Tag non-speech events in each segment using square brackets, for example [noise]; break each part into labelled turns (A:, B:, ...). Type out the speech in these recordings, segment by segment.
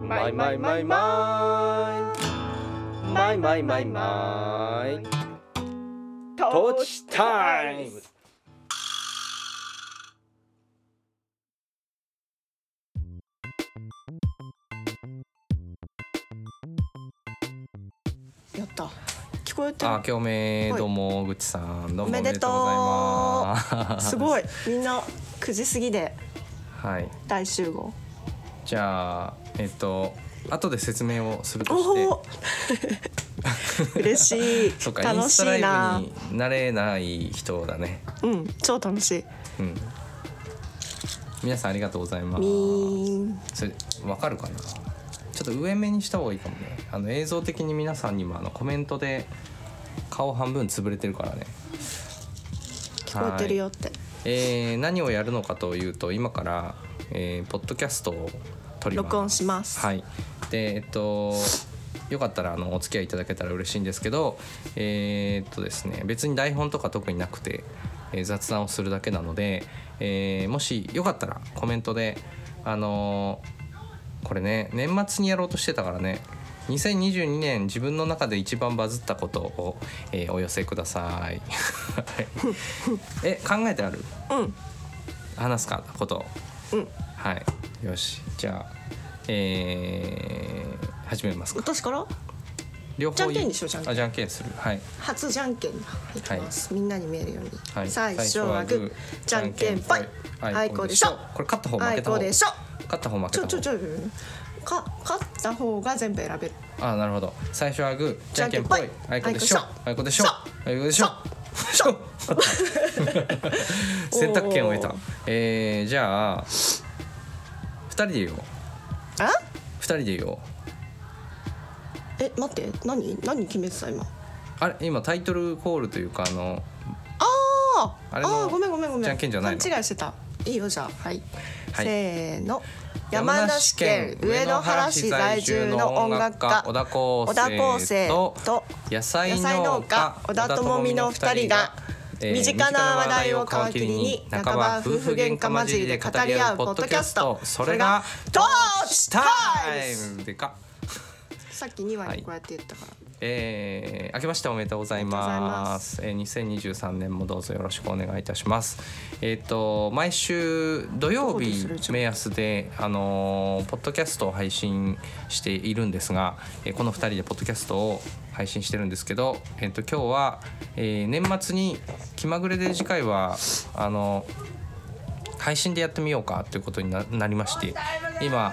A: マイマイマイマイマイマイマイマイトーチタイム
B: やった聞こえて
C: あ、
B: る
C: 共鳴どうも、ぐちさん、どうも
B: おめ
C: おめ
B: でとう
C: でとうございます。
B: すごいみんな9時過ぎで
C: はい、
B: 大集合
C: じゃあ、えっと、後で説明をするとし
B: お
C: て。
B: お
C: [laughs]
B: 嬉しい
C: そうか、イン
B: 楽
C: ス
B: し
C: タラ
B: い
C: イ
B: な
C: ブになれない人だね。
B: うん超楽しい
C: うん。皆さんありがとうございます。
B: みーん
C: それわかるかなちょっと上目にした方がいいかもねあの映像的に皆さんにもあのコメントで顔半分潰れてるからね
B: 聞こえてる
C: は
B: よって
C: い、えー何をやるのかというと今から、えーポッドキャストを撮ります
B: 録音します
C: はいでえっとよかったらあのお付き合いいただけたら嬉しいんですけどえーっとですね別に台本とか特になくて、えー雑談をするだけなので、えーもしよかったらコメントであのーこれね年末にやろうとしてたからね2022年自分の中で一番バズったことを、えーお寄せください [laughs] え考えてある
B: うん
C: 話すかこと
B: うん
C: はいよしじゃあえー、始めますか
B: 私から
C: 両方
B: じゃんけん
C: いい
B: にしようじゃんけん
C: あじゃんけんするはい
B: 初じゃんけんいきます、みんなに見えるように、
C: はい
B: 最初はグーじゃんけんぽいあいこでしょ
C: これ勝った方負
B: あ
C: け
B: い
C: た
B: こ
C: 方
B: でしょ
C: 勝った方負け
B: ち
C: た
B: ょ
C: 方
B: ちょちょか勝った方が全部選べる
C: あなるほど最初はグーじゃんけんぽいあいこでしょあ
B: あ
C: い
B: い
C: こ
B: こ
C: で
B: で
C: し
B: し
C: ょ
B: ょ
C: あいこでしょしょ選択権を得た
B: おー
C: えー、じゃあ二人で言おう
B: あ
C: 二人で言おう
B: え待って何何決めてた今
C: あれ今タイトルコールというかあの
B: ああ
C: あれの
B: あーごめんごめんごめん
C: じゃんけんじゃないの
B: 勘違いしてたいいよじゃあはい、
C: はい
B: せーの山梨県上野原市在住の音楽家
C: 小田高
B: 小田高生
C: と
B: と
C: 野菜
B: 野菜
C: 農
B: 農
C: 家
B: 家小田智美の二人が
C: えー
B: 身近な話題を皮切りに半ば夫婦喧嘩交じりで語り合うポッドキャスト
C: それが
B: トーチタイム
C: ムでか
B: さっき2話にこうやって言ったから、
C: えー、明けましておめでとうございますえー、2023年もどうぞよろしくお願いいたしますえっ、と毎週土曜日
B: どこでする
C: 目安であのーポッドキャストを配信しているんですが、えーこの2人でポッドキャストを配信してるんですけど、えっと今日は、えー年末に気まぐれで次回はあの配信でやってみようかということにななりまして今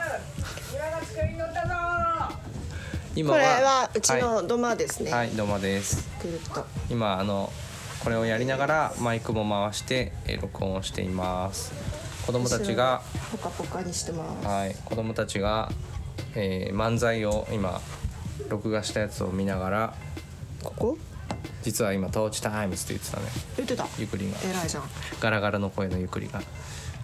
C: 今
B: これはうち
C: は
B: の土間ですね、
C: い、はい、どうもです
B: ぐるっと
C: 今あのこれをやりながらマイクも回してえー録音をしています子供たちが
B: ポカポカにしてます
C: はい子供たちが、えー漫才を今録画したやつを見ながら
B: ここ
C: 実は今トーチタイムズって言ってたね
B: 言ってた
C: ゆくりんが
B: 偉い [laughs] じゃん
C: ガラガラの声のゆくりが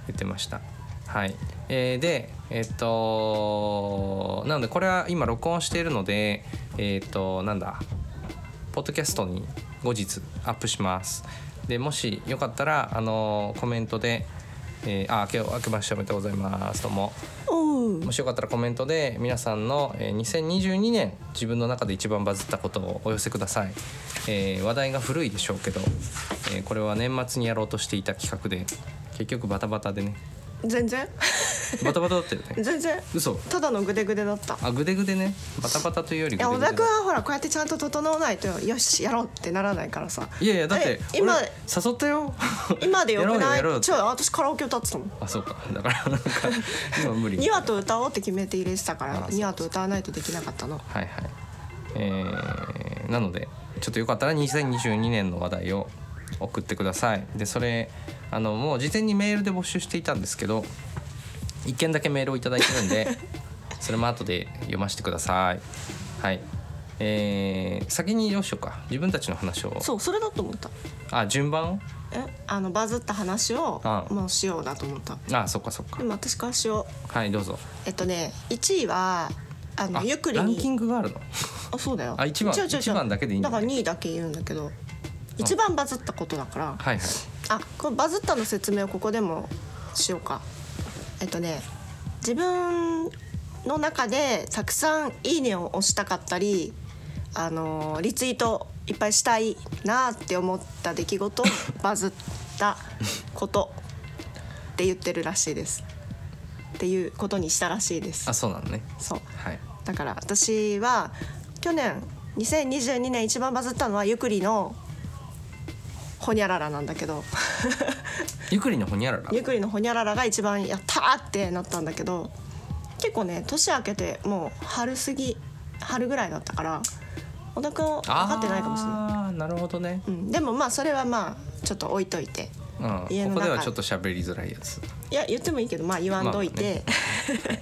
C: 言ってました。はい、えーでえっとなのでこれは今録音しているのでえっとなんだポッドキャストに後日アップしますでもしよかったらあのコメントで、えー、あ今日明けましておめでとうございますどうも
B: うん
C: もしよかったらコメントで皆さんのえー2022年自分の中で一番バズったことをお寄せください、えー話題が古いでしょうけど、えーこれは年末にやろうとしていた企画で結局バタバタでね
B: 全然
C: バタバタだったよ
B: [laughs]
C: ね
B: 全然
C: 嘘
B: ただのグデグデだった
C: あグデグデねバタバタというより
B: い
C: グ
B: や
C: デ
B: 小
C: グデ
B: 田君
C: だ
B: はほらこうやってちゃんと整わないとよしやろうってならないからさ
C: いやいやだって俺
B: え今
C: 誘ったよ
B: 今でよくな
C: [laughs] やろうよや
B: いちょ
C: ろうよ
B: い私カラオケ歌ってたもん
C: あそうかだからなんか今無理
B: 2話と歌おうって決めて入れてたか
C: あそう
B: ら
C: か
B: 2話と歌わないとできなかったの
C: はいはい、えーなのでちょっとよかったら2022年の話題を送ってくださいでそれあのもう事前にメールで募集していたんですけど一件だけメールをいただいてるん
B: [laughs]
C: でそれも後で読ませてくださいはいえー先にどうしようか自分たちの話を
B: そうそれだと思った
C: あ順番を
B: えあのバズった話を
C: あ
B: もうしようだと思った
C: あそっかそっか
B: でも私からしよう
C: はいどうぞ
B: えっとね1位はあの
C: あ
B: ゆくり
C: ラン
B: に
C: キングがあるの
B: あそうだよ
C: あ一番
B: 違う違う違う
C: 一番だけでいいんだ
B: だ
C: ね
B: から2位だけ言うんだけど一番バズったことだから
C: はいはい
B: あこのバズったの説明をここでもしようかえっとね自分の中でたくさん「いいね」を押したかったり、あのーリツイートいっぱいしたいなって思った出来事バズったことって言ってるらしいです。っていうことにしたらしいです
C: あ。そうなのね
B: そう
C: はい
B: だから私は去年2022年一番バズったのはゆくりのほにゃららなんだ
C: [laughs]
B: けど
C: ゆくりのほにゃらら
B: ゆくりのほにゃららが一番やったーってなったんだけど結構ね年明けてもう春過ぎ春ぐらいだったから小田君分かってないかもしれな
C: ああなるほどね
B: い、うん、でもまあそれはまあちょっと置いといて
C: うん
B: 家の中
C: ここではちょっと喋りづらいやつ
B: いや言ってもいいけどまあ言わんといて、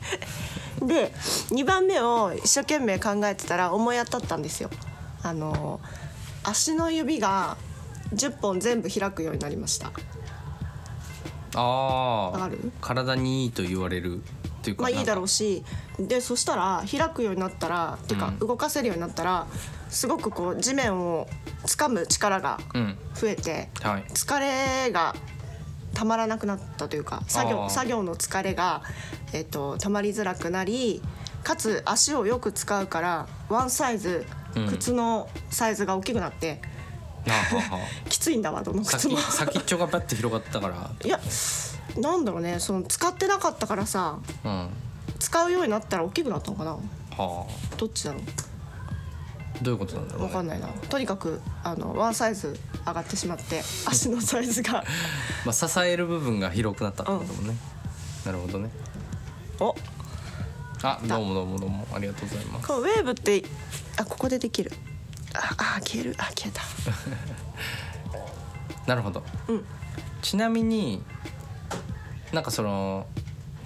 B: [laughs] で2番目を一生懸命考えてたら思い当たったんですよあの足の指が10本全部開くようになりました
C: あ
B: わか
C: あ
B: る
C: 体にいいと言われるというか
B: まあいいだろ
C: う
B: うしでそしたら開くようになったらっていうか
C: うん
B: 動かせるようになったらすごくこう地面を掴む力が
C: うん
B: 増えて
C: はい
B: 疲れがたまらなくなったというか作
C: あ
B: 業
C: ー
B: 作業の疲れが、えっとたまりづらくなりかつ足をよく使うからワンサイズ、
C: うん
B: 靴のサイズが大きくなって
C: あーはーは
B: [laughs] きついんだわどの
C: ー
B: 靴
C: 先
B: も。
C: 先っちょがバッて広がったか
B: [laughs] いやなんだろうねその使ってなかったからさ
C: らうんは
B: 使うようになったら大きくなったのかな
C: あ
B: どっちだろ
C: どういうことなんだろう、
B: う
C: ね、
B: わかんないなとにかくあのワンサイズ上がってしまって足のサイズ
C: [laughs]
B: が
C: まあ、支える部分が広くなったってこともね、なるほどね
B: お
C: あどうもどうもどうもありがとうございます
B: このウェーブってあここでできるああ消えるあ消えた
C: なるほど
B: うん
C: ちなみになんかその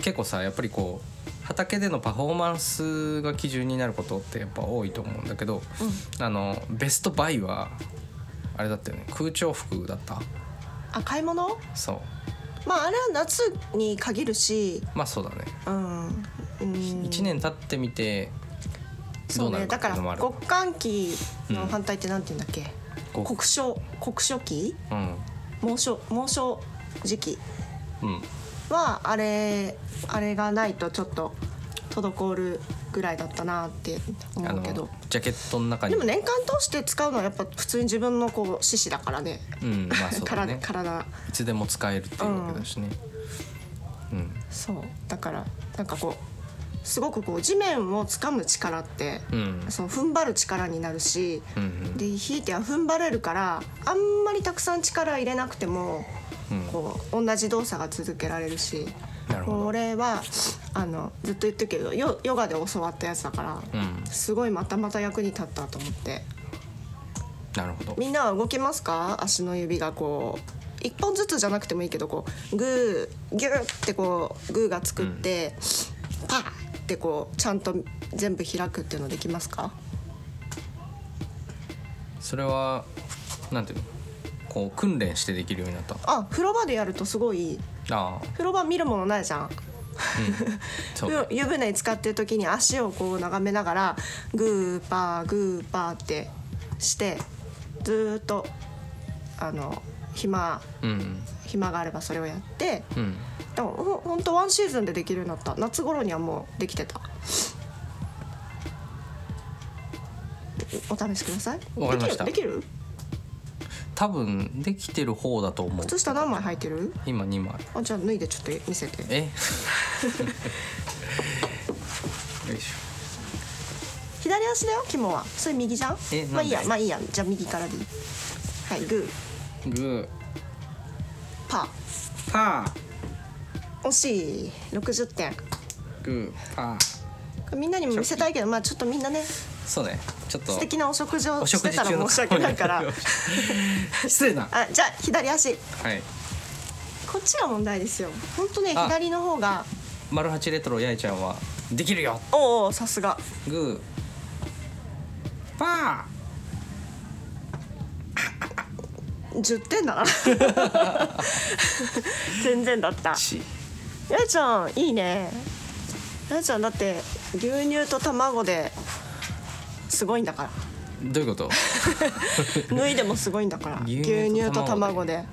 C: 結構さやっぱりこう畑でのパフォーマンスが基準になることってやっぱ多いと思うんだけど、あのベストバイはあれだったよね空調服だった
B: あ買い物
C: そう
B: まああれは夏に限るし
C: まあそうだね、
B: うん、うん、
C: 一1年経ってみてどうなるかって
B: だか
C: いう
B: ら
C: のもある
B: 極寒期の反対ってなんて言うんだっけ、
C: ご
B: 酷暑酷暑期
C: うん
B: 猛暑猛暑時期
C: うん
B: はあれあれがないとちょっと滞るぐらいだったなって
C: あ
B: 思うけど
C: のジャケットの中に
B: でも年間通して使うのはやっぱ普通に自分のこう四肢だからね
C: うんまあそうだ
B: 体
C: ね
B: [laughs] 体
C: いつでも使えるっていうわけだしね、うん
B: そうだからなんかこうすごくこう地面を掴む力って、
C: うんうん
B: そう踏ん張る力になるし、
C: うん
B: でひいては踏ん張れるからあんまりたくさん力入れなくても、
C: うん
B: こう同じ動作が続けられるし
C: なるほど
B: これはあのずっと言ってるけどヨヨガで教わったやつだから、
C: うん
B: すごいまたまた役に立ったと思って
C: なるほど
B: みんなは動きますか足の指がこう一本ずつじゃなくてもいいけどこうグーギューってこうグーが作って、パッってこうちゃんと全部開くっていうのできますか
C: それはなんていうのこう訓練してできるようになった
B: あ風呂場でやるとすごい [laughs]
C: ああ
B: 風呂場見るものないじゃん
C: そう
B: ふ
C: ね
B: 湯船に浸かってる時に足をこう眺めながらグーパーグーパーってしてずーっとあの暇
C: うん
B: 暇があればそれをやって
C: うん
B: でもほほんとワンシーズンでできるようになった夏頃にはもうできてたお試しください
C: わかりました
B: できるできる
C: 多分できてる方だと思う
B: 靴下何枚履いてる
C: 今2枚
B: あじゃあ脱いでちょっと見せて [laughs]
C: えよいし
B: 左足だよ肝はそれ右じゃん
C: え
B: まあいいや
C: なんで
B: まあいいやじゃあ右からでいいはいグー
C: ょグ
B: パ
C: ーパ
B: ー惜しい60点こ
C: ーグーパー
B: れみんなにも見せたいけどまあちょっとみんなね
C: そうねちょっと
B: 素敵なお食事を
C: お
B: し
C: 食事
B: てた
C: 中
B: ら
C: の
B: 申し訳ないから
C: [laughs] 失礼な
B: あじゃあ左足
C: はい
B: こっちが問題ですよ本当ね
C: あ
B: 左の方が
C: 丸八レトロ八重ちゃんはできるよ
B: おうおうさすが
C: グーパ
B: 10点 [laughs] だな全然だった
C: ーし
B: やえちゃんいいねやえちゃんだって牛乳と卵ですごいんだ [laughs] から
C: どういうこと
B: 脱いでもすごいんだから
C: 牛
B: 牛
C: 乳
B: 乳
C: と
B: と
C: 卵
B: 卵
C: で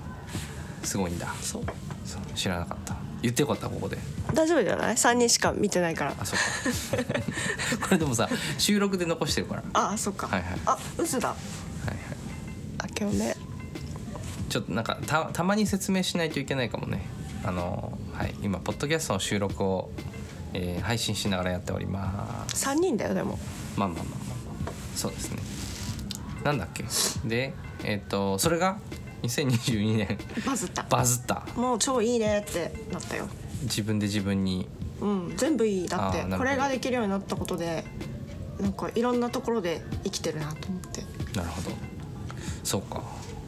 B: です
C: ごいんだ
B: そう
C: そう知らなかった言ってよかったここで
B: 大丈夫じゃない三人しか見てないから
C: あそっか [laughs] これでもさ収録で残してるからはい
B: ああそっか、
C: はいはい
B: あ嘘だ
C: はい
B: あけおめ
C: ちょっとなんかたたまに説明しないといけないかもねあの、はい、今ポッドキャストの収録を、えー配信しながらやっております
B: 三人だよでも
C: まあまあまあまあまあそうですねなんだっけでえっ、とそれが2022年
B: バズった
C: バズった
B: もう超いいねってなったよ
C: 自分で自分に
B: うん全部いいだっ
C: あーなるほ
B: て
C: ど
B: これができるようになったことでなんかいろんなところで生きてるなと思って
C: なるほどそうか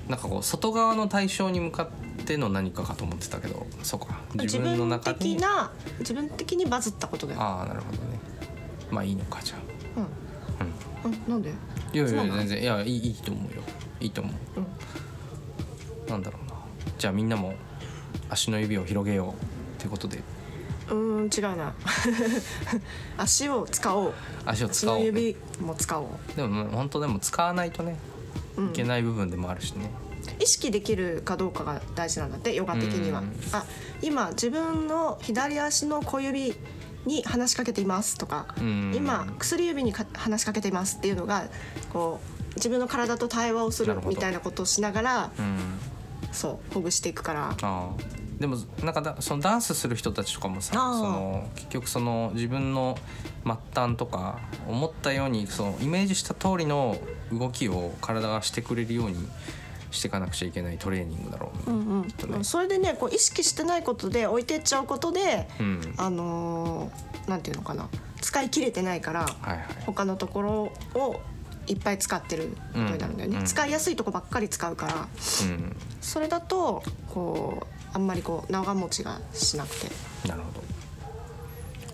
C: なんかこう外側の対象に向かっての何かかと思ってたけどそうか
B: 自
C: 自
B: 分
C: 分の中で
B: 的な自分的にバズったことだよ、
C: ああなるほどねまあいいのかじゃ
B: うん
C: あうん
B: うん、なんで
C: いやい
B: そう
C: や
B: なの
C: 全然いやいいいいと思うよいいと思う、なんだろうなじゃあみんなも足の指を広げようってことで
B: うーん違うな [laughs] 足を使おう
C: 足を
B: 足
C: 使おう
B: の
C: ね、
B: 指も使おう
C: でもね本当でも使わないとねいけない部分でもあるしね、
B: 意識できるかどうかが大事なんだってヨガ的には
C: うん
B: あ今自分の左足の小指に話しかけていますとか
C: うん
B: 今薬指にか話しかけていますっていうのがこう自分の体と対話をす
C: な
B: る
C: るほど
B: みたいなことをしながら
C: うん
B: そうほぐしていくから
C: あーでもなんかだそのダンスする人たちとかもさ
B: あー
C: その結局その自分の末端とか思ったようにそのイメージした通りの動きを体がしてくれるようにしていかなくちゃいけないトレーニングだろう
B: う
C: ね、
B: ん
C: きっと
B: う
C: ね
B: ん、それでねこう意識してないことで置いてっちゃうことで、
C: うん
B: あのーなんていうのかな使い切れてないから
C: はいはい
B: 他のところをいっぱい使ってることになるんだよね、
C: うん
B: 使いやすいとこばっかり使うから
C: うん
B: それだとこうあんまりこう長持ちがしなくて
C: なる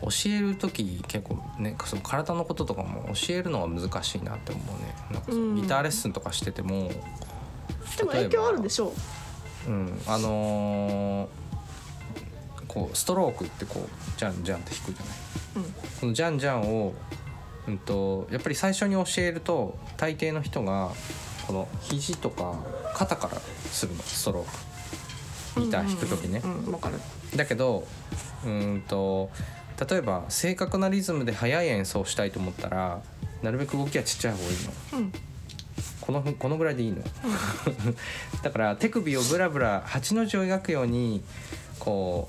C: ほど教える時結構ねその体のこととかも教えるのは難しいなって思うねなんかその
B: う
C: ギ
B: ん
C: ターレッスンとかしてても、
B: でも
C: 例えば
B: 影響あるでしょ
C: うん、あのーこうストロークってこうジャンジャンって弾くじゃないそのジャンジャンを、うん、とやっぱり最初に教えると大抵の人がこの肘とか肩からするのストロークギター弾く時ね、
B: うん、うん、分かる
C: だけどうーんと例えば正確なリズムで速い演奏をしたいと思ったらなるべく動きはちっちゃい方がいいの
B: うん
C: このこのぐらいでいいの [laughs] だから手首をブラブラ8の字を描くようにこ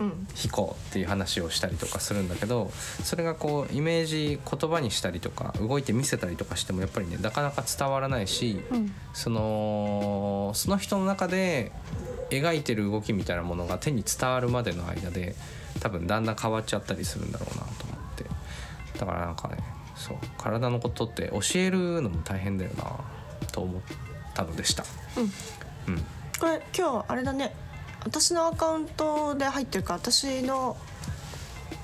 C: う
B: うん
C: 弾こうっていう話をしたりとかするんだけどそれがこうイメージ言葉にしたりとか動いて見せたりとかしてもやっぱりねなかなか伝わらないし、
B: うん
C: そのその人の中で描いてる動きみたいなものが手に伝わるまでの間で多分だんだん変わっちゃったりするんだろうなと思ってだからなんかねそう体のことって教えるのも大変だよなと思ったのでした。
B: うん
C: うん、
B: これ今日あれだね私のアカウントで入ってるから私の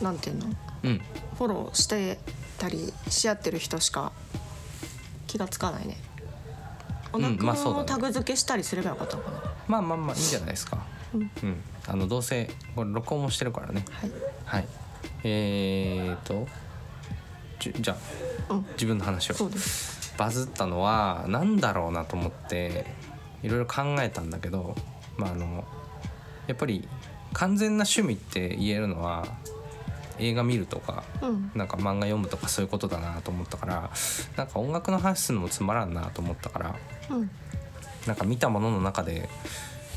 B: なんていうの
C: うん
B: フォローしてたりし合ってる人しか気がつかないねお
C: ん
B: な
C: まあそうだね
B: のタグ付けしたりすればよかったのかな、
C: まあまあまあいいんじゃないですか。
B: うん
C: うん、あのどうせこれ録音もしてるからね。
B: はい、
C: はい。えー、とじゅじゃあ
B: うん、
C: 自分の話を。
B: そうです
C: バズったのは何だろうなと思っていろいろ考えたんだけど、まあ、あのやっぱり完全な趣味って言えるのは映画見るとか
B: うん
C: なんか漫画読むとかそういうことだなと思ったからなんか音楽の話するのもつまらんなと思ったから
B: うん
C: なんか見たものの中で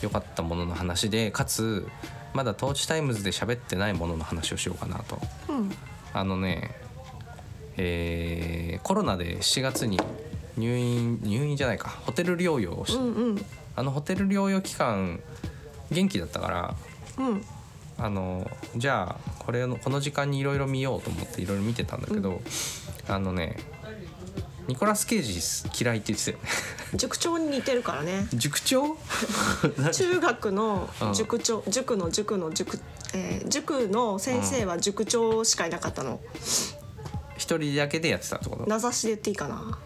C: 良かったものの話でかつまだ「トーチタイムズ」で喋ってないものの話をしようかなと
B: うん
C: あのね、えーコロナで7月に入院入院じゃないかホテル療養をし、
B: うんうん
C: あのホテル療養期間元気だったから
B: うん
C: あのじゃあこれのこの時間にいろいろ見ようと思っていろいろ見てたんだけど、あのねニコラス・ケイジ嫌いって言ってたよね [laughs]
B: 塾長に似てるからね
C: 塾長
B: 中学の
C: うん
B: 塾長、塾の塾の塾、えー塾の先生は塾長しかいなかったの、
C: 一人だけでやってたってこと
B: 名指しで言っていいかな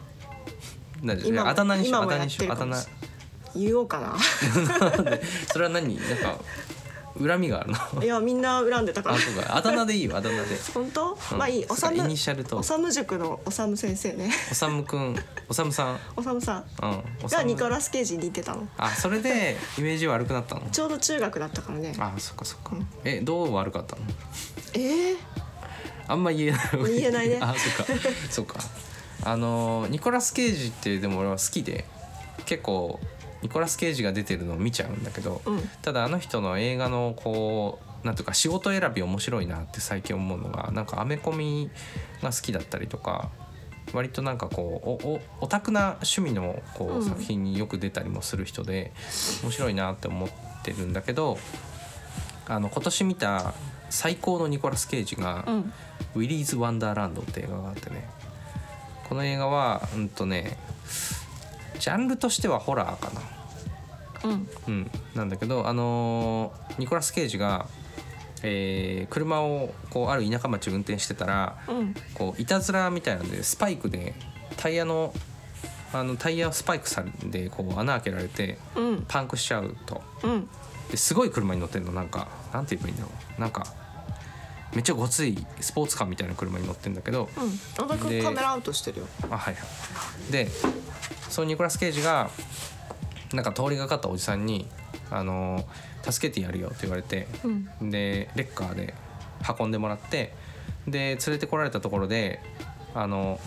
C: な
B: 今も
C: あだ名にしよう
B: 今
C: あ
B: も
C: だ名
B: やっ
C: にしよ
B: て
C: う
B: る
C: あだ
B: かも
C: 名
B: しれない言おうかな
C: それは何なんか恨みがあ
B: [laughs]
C: るのあ
B: いやみんな恨んでたから
C: そうかあだ名でいいよあだ名で
B: 本当、
C: うん
B: まあいいお
C: そ
B: さ
C: う
B: む
C: かイニシャルと
B: おさむ塾のおさむ先生ね
C: おさむくんおさむさんうん
B: おさむさん
C: おさむ
B: がニコラス・ケイジに似てたの
C: あそれでイメージ悪くなったの
B: ちょうど中学だったからね
C: あそっかそっかえどう悪かったの
B: えー、
C: あんま言えない
B: 言えないね
C: あそっか
B: [laughs]
C: そっかあのニコラス・ケイジってでも俺は好きで結構ニコラス・ケイジが出てるのを見ちゃうんだけど、
B: うん
C: ただあの人の映画のこうなんとか仕事選び面白いなって最近思うのがなんかアメコミが好きだったりとか割となんかこうおおオタクな趣味のこ
B: うん
C: う作品によく出たりもする人で、面白いなって思ってるんだけどあの今年見た最高のニコラス・ケイジが、
B: うん
C: ウィリーズ・ワンダーランドって映画があってねこの映画はうんとねジャンルとしてはホラーかな
B: うん
C: うんなんだけどあのーニコラス・ケイジが、えー車をこうある田舎町を運転してたら
B: うん
C: こういたずらみたいなのでスパイクでタイヤのあのタイヤをスパイクされてこう穴開けられて
B: うん
C: パンクしちゃうと
B: うん
C: ですごい車に乗ってんのなんかなんて言えばいいんだろうなんかめっちゃごついスポーツカーみたいな車に乗ってんだけど、
B: うん小田君
C: で
B: カメラアウトしてるよ
C: あはいはいでそのニコラス・ケイジがなんか通りがかったおじさんに「あの助けてやるよ」って言われて、
B: うん
C: でレッカーで運んでもらってで連れてこられたところで「あの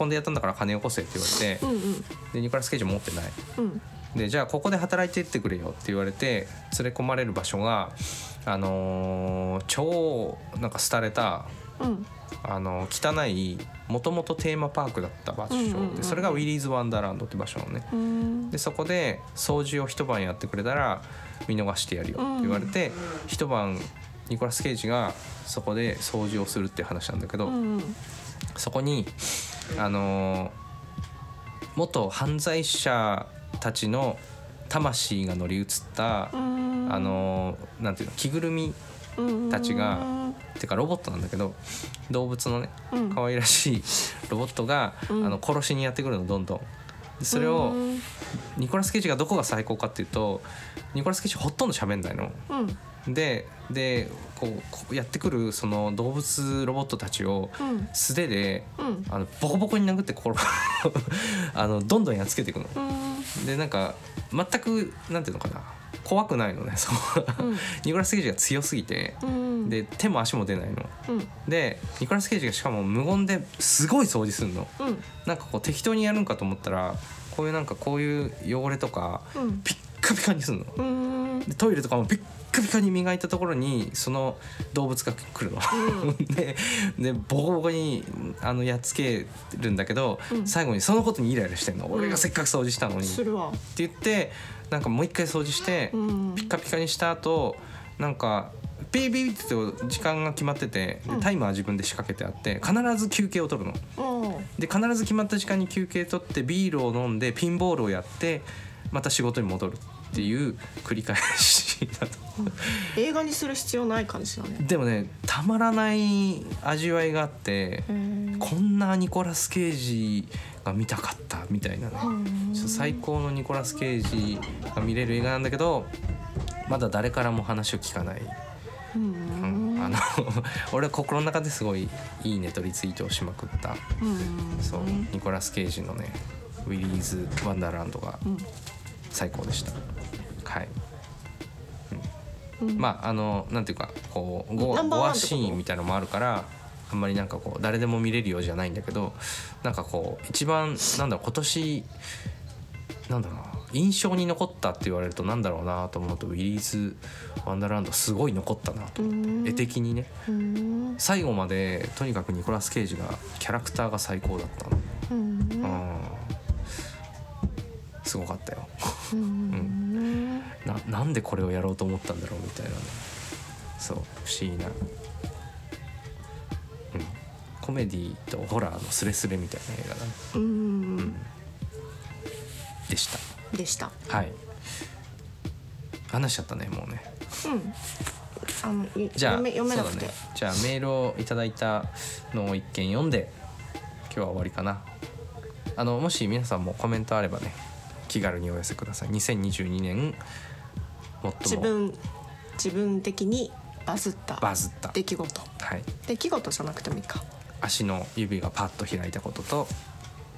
C: 運んでやったんだから金よこせ」って言われて
B: う、んうん
C: でニコラス・ケイジ持ってない
B: うん
C: でじゃあここで働いてってくれよって言われて連れ込まれる場所があのー超なんか廃れた
B: うん
C: あの汚いもともとテーマパークだった場所で、
B: うんうんうんうん
C: それがウィリーズ・ワンダーランドって場所なのね
B: うん
C: でそこで掃除を一晩やってくれたら見逃してやるよって言われて、一晩ニコラス・ケイジがそこで掃除をするって話なんだけど、
B: うん
C: そこにあの元犯罪者たちの魂が乗り移った、
B: うん
C: あのなんていうの着ぐるみたちがてかロボットなんだけど動物のね
B: うん
C: 可愛らしいロボットが、
B: うん
C: あの殺しにやってくるのどんどん。でそれを
B: うん
C: ニコラス・ケイジがどこが最高かっていうとニコラス・ケイジほとんど喋んないの。
B: うん
C: ででこうこうやってくるその動物ロボットたちを
B: うん
C: 素手で、
B: うん
C: あのボコボコに殴ってこう [laughs] あのどんどんやっつけていくの。
B: うん
C: でなんか全くなんていうのかな怖くないのねそこが
B: うん
C: [laughs] ニコラス・ケイジが強すぎて
B: うん
C: で手も足も出ないの。
B: うん
C: でニコラス・ケイジがしかも無言ですごい掃除するの
B: うん
C: なんかこう適当にやるんかと思ったらこういうなんかこういう汚れとか
B: うん
C: ピッカピカにするの
B: うん
C: でトイレとかもピッカピカに磨いたところにその動物が来るの、 [laughs] ででボコボコにあのやっつけるんだけど、
B: うん
C: 最後にそのことにイライラしてんの、俺がせっかく掃除したのに
B: するわ
C: って言ってなんかもう一回掃除して、
B: うん
C: ピッカピカにした後なんかピーピーってと時間が決まっててでタイマー自分で仕掛けてあって必ず休憩を取るの。
B: うん
C: で必ず決まった時間に休憩取ってビールを飲んでピンボールをやってまた仕事に戻るっていう [laughs] 繰り返しだと。
B: 映画にする必要ない感じだね
C: でもねたまらない味わいがあって
B: へー
C: こんなニコラス・ケイジが見たかったみたいなね。
B: うん
C: ちょっと最高のニコラス・ケイジが見れる映画なんだけどまだ誰からも話を聞かない、
B: うん
C: うんあの [laughs] 俺は心の中ですごい「いいね」とリツイートをしまくった
B: うん
C: そうニコラス・ケイジのね「ウィリーズ・ワンダーランド」が最高でした、はい、
B: うん
C: まああのなんていうかこうゴ
B: ナ
C: ア
B: ンバー
C: ゴ
B: ワンっ
C: ア
B: てこと
C: シーンみたいのもあるからあんまりなんかこう誰でも見れるようじゃないんだけどなんかこう一番なんだろう今年なんだろうな印象に残ったって言われるとなんだろうなと思うとウィリーズ・ワンダーランドすごい残ったなと
B: うん
C: 絵的にね
B: うん
C: 最後までとにかくニコラス・ケイジがキャラクターが最高だったの
B: うん
C: うんすごかったよ
B: うん
C: ななんでこれをやろうと思ったんだろうみたいなねそう不思議な、うん、コメディとホラーのスレスレみたいな映画だね
B: うん
C: でし
B: でした
C: たはい話しちゃったねもうね
B: うんあのい
C: じゃあ
B: 読め読めなく
C: そうだ
B: て
C: ね、じゃあメールをいただいたのを一件読んで今日は終わりかなあのもし皆さんもコメントあればね気軽にお寄せください2022年最も
B: 自分自分的にバズった
C: バズった、
B: 出来事
C: はい、
B: 出来事じゃなくてもいいか
C: 足の指がパッと開いたことと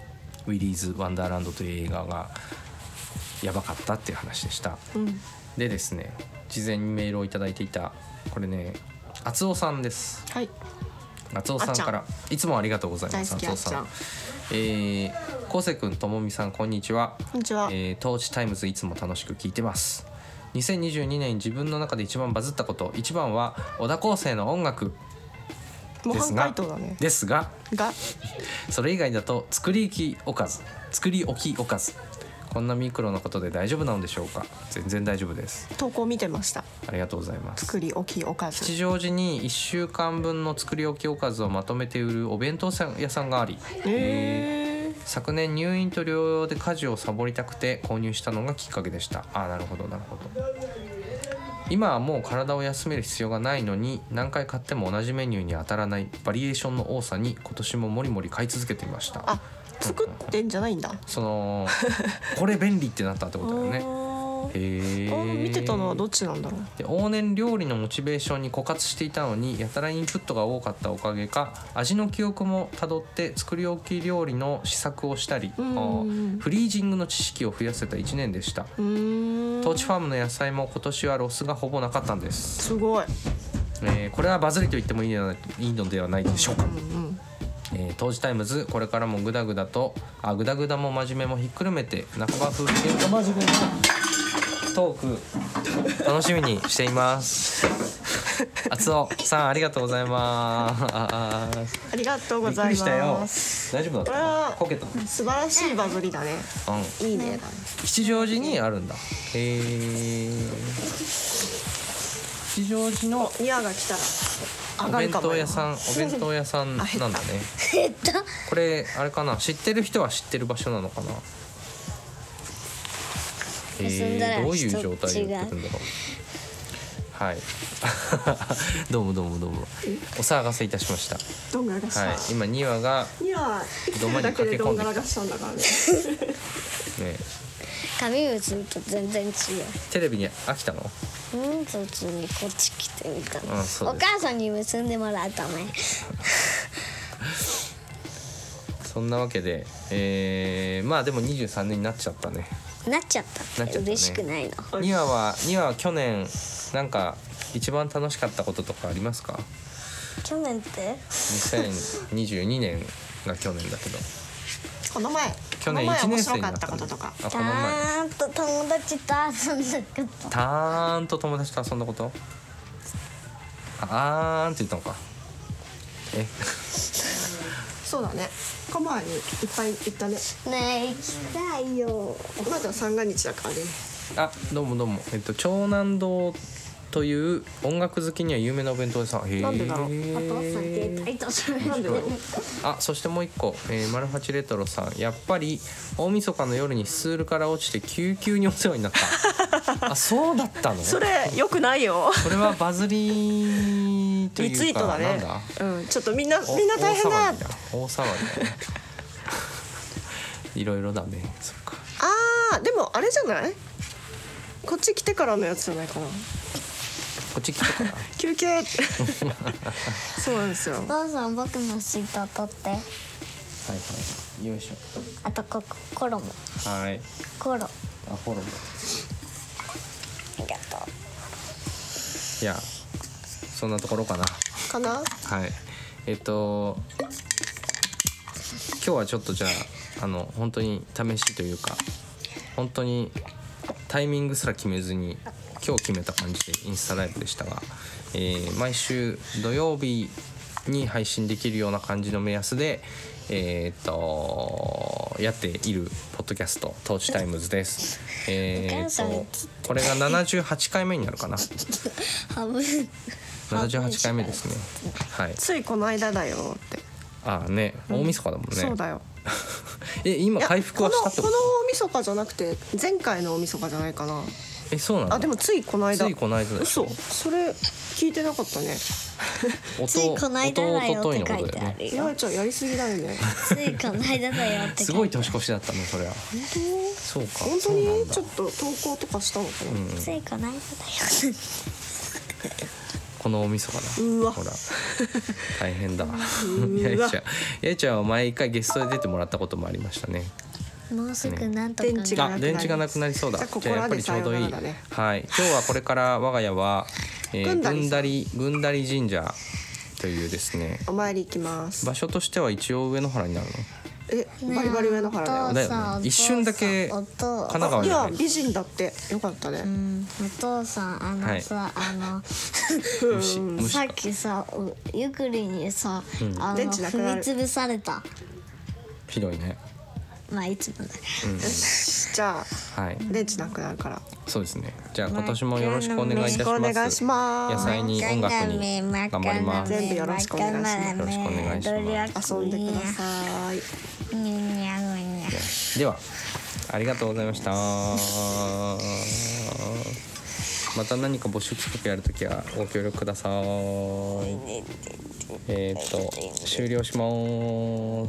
C: 「ウィリーズ・ワンダーランド」という映画がやばかったっていう話でした
B: うん
C: でですね事前にメールを頂いただいていたこれね厚尾さんです
B: はい
C: 松尾さんからいつもありがとうございます
B: 大好き
C: 松尾さ
B: あ
C: ん
B: っち
C: えー、昴生君ともみさんこんにちは
B: こんにちは
C: えー、トーチタイムズいつも楽しく聞いてます2022年自分の中で一番バズったこと一番は小田昴生の音楽
B: 模
C: です
B: 範
C: が
B: 解答だね
C: ですが
B: が
C: それ以外だと作り置きおかず作り置きおかずこんなミクロのことで大丈夫なのでしょうか全然大丈夫です
B: 投稿見てました
C: ありがとうございます
B: 作り置きおか
C: 吉
B: ず
C: 祥寺に1週間分の作り置きおかずをまとめて売るお弁当屋さんがあり、
B: え
C: 昨年入院と療養で家事をサボりたくて購入したのがきっかけでしたあーなるほどなるほど今はもう体を休める必要がないのに何回買っても同じメニューに当たらないバリエーションの多さに今年ももりもり買い続けていました
B: あ作ってんじゃないんだ
C: そのこれ便利ってなったってことだよね
B: [laughs] あー
C: へ
B: あー
C: え
B: 見てたのはどっちなんだろう
C: で往年料理のモチベーションに枯渇していたのにやたらインプットが多かったおかげか味の記憶もたどって作り置き料理の試作をしたりあ
B: うんうんうん
C: ーフリージングの知識を増やせた1年でした
B: うーん
C: トーチファームの野菜も今年はロスがほぼなかったんです、
B: すごい
C: えーこれはバズりと言ってもいいのではいいのではないでしょうか
B: うんうん
C: えー、当時タイムズこれからもグダグダとあグダグダも真面目もひっくるめて半ば風景トー
B: [laughs]
C: ク楽しみにしています。厚尾さんありがとうございます。
B: ありがとうご
C: びっく
B: ざい
C: りしたよ
B: ます。
C: 大丈夫だった
B: これは
C: かな？こけた。う
B: 素晴らしいバズりだね
C: ん。
B: いいねだね
C: 吉祥寺にあるんだ。へえ。吉祥寺の
B: ニアが来たら
C: お
B: 上がる
C: 弁
B: かも
C: 当屋さんお弁当屋さんなんだね。
B: えっと
C: これあれかな知ってる人は知ってる場所なのかなえ
D: 結んだら
C: ー、どういう
D: 人
C: 状態で売ってくんだろうはい [laughs] どうもどうもどうもお騒がせいたしました
B: [laughs] どんがらがした、
C: はい今2話が
B: ニアは生きてるだけでどんがらがしたん
C: [laughs]
B: だからね
C: ね
D: 髪打つのと全然違う
C: テレビに飽きたの
D: うん普通にこっち来てみたの
C: あそう
D: お
C: です
D: 母さんに結んでもらったね
C: そんなわけでえー、まあでも23年になっちゃったね
D: なっちゃった
C: なっちゃったね
D: 嬉しくないの
C: 2話は2話は去年なんか一番楽しかったこととかあります
D: [laughs]
C: か
D: 去年って
C: 2022年が去年だけど
B: この前
C: 去年
B: この前
C: 1
B: 面
C: 年
B: 白
C: 生にな
B: かっ
C: ったた
B: こととか
C: あ
D: ち
C: この前
D: ゃんと友達と遊んだこと
C: たーんと友達と遊んだことああーんって言ったのかえ
B: そうだねカマにいっぱい行ったね
D: ねえ行きたいよ
B: まだ三が日だからね
C: あどうもどうもえっと長南堂という音楽好きには有名なお弁当屋さんへえ
B: なんでだろう
D: お父さん携帯と喋って
B: なんでだろう
C: あそしてもう一個、えー、マルハチレトロさんやっぱり大晦日の夜にスツールから落ちて救急にお世話になった
B: [laughs]
C: あそうだったの
B: それ良くないよ
C: これはバズり [laughs] というか
B: リツイート
C: な
B: だ
C: ん
B: ね
C: だ
B: うんちょっとみんな
C: お
B: みんな大変
C: 大
B: だ
C: 騒ぎだ大騒ぎだねいろいろだねそっか
B: あーでもあれじゃないこっち来てからのやつじゃないかな
C: こっち来たから
B: 休
C: [laughs]
B: 憩ってそうなんですよ
D: お父さん僕のシート取って
C: はいはいよいしょ
D: あとここコロも
C: はい
D: コロあ
C: あフォロー
D: りがと
C: いやそんなところかな
B: かな
C: はいえっと今日はちょっとじゃああの本当に試しというか本当にタイミングすら決めずに今日決めた感じでインスタライブでしたが、えー毎週土曜日に配信できるような感じの目安で、えーっとやっているポッドキャスト「トーチタイムズ」です。えーっとこれが78回目になるかな
D: うハブ
C: 78回目ですね。はい、
B: ついこの間だよって、
C: ああね大晦日だもんね、
B: そうだよ
C: え今
B: いや
C: 回復はしたって
B: こ
C: こ
B: のことの大晦日じゃなくて前回の大晦日じゃないかな
C: えそうなんだ
B: あでもついこの間
C: ついこの間だよ
B: 嘘それ聞いてなかったね
C: おと
D: ついこの間だよって書いてあ
C: ね
D: る
B: いや
D: よ
B: ちょやりすぎだよ
C: [laughs]
B: ね
D: ついこの間だよって
C: す
D: 書
C: ご
D: い
C: い
D: てある
C: 年越しだったのそれはそうか
B: 本当
C: そうなん
B: に
C: だ
B: ちょっと投稿とかしたのかな、
D: ついこの間だよ
C: えこのお味噌かな
B: うわ
C: ほら大変だやいちゃんやいちゃんは毎回ゲストで出てもらったこともありましたね
D: もうすぐなんとか
B: 電池が
C: あ電池がなくなりそうだ
B: じゃあここ
C: じゃあや
B: ら
C: っぱ
B: で
C: りち
B: さ
C: ょう
B: よ
C: ど
B: ない
C: い、
B: らだね
C: はい今日はこれから我が家は、え
B: ぐ
C: ー、
B: んだりさん
C: ぐんだりぐんだり神社というですね
B: お参り行きます
C: 場所としては一応上野原になるの
B: えバリバリ上の原だよ
C: だよね一瞬だけ
D: お父さ
C: 神奈
D: ん
C: 川
B: い
C: に
B: や
C: 入る
B: 美人だってよかったね、
D: うんお父さんあ
C: は
D: の
C: い
D: さ、あ
C: 虫
D: の
C: 虫
D: さっ
C: か
D: きさうゆくりにさ、あの
B: 電池なくな
D: 踏
B: る
D: みつぶされた
C: ひどいね
D: まあいつもだ
B: よしじゃあ
C: はい
B: 電池なくなるから
C: そうですねじゃあ今年もよろしくお願いいたします
B: よろしくお願いします
C: 野菜に音楽に頑張ります
B: 全部よろしくお願いします
C: よろしくお願いします
B: 遊んでください
D: いにゃにゃにゃにゃ
C: ではありがとうございましたまた何か募集企画やるときはご協力くださいえっ、と終了しま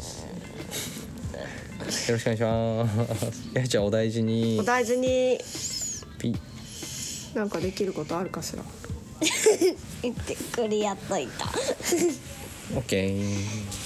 C: すよろしくお願いします [laughs] やちゃんお大事に
B: お大事に
C: ピ
B: なんかできることあるかしら
D: 言ってくれやっといた
C: オッケー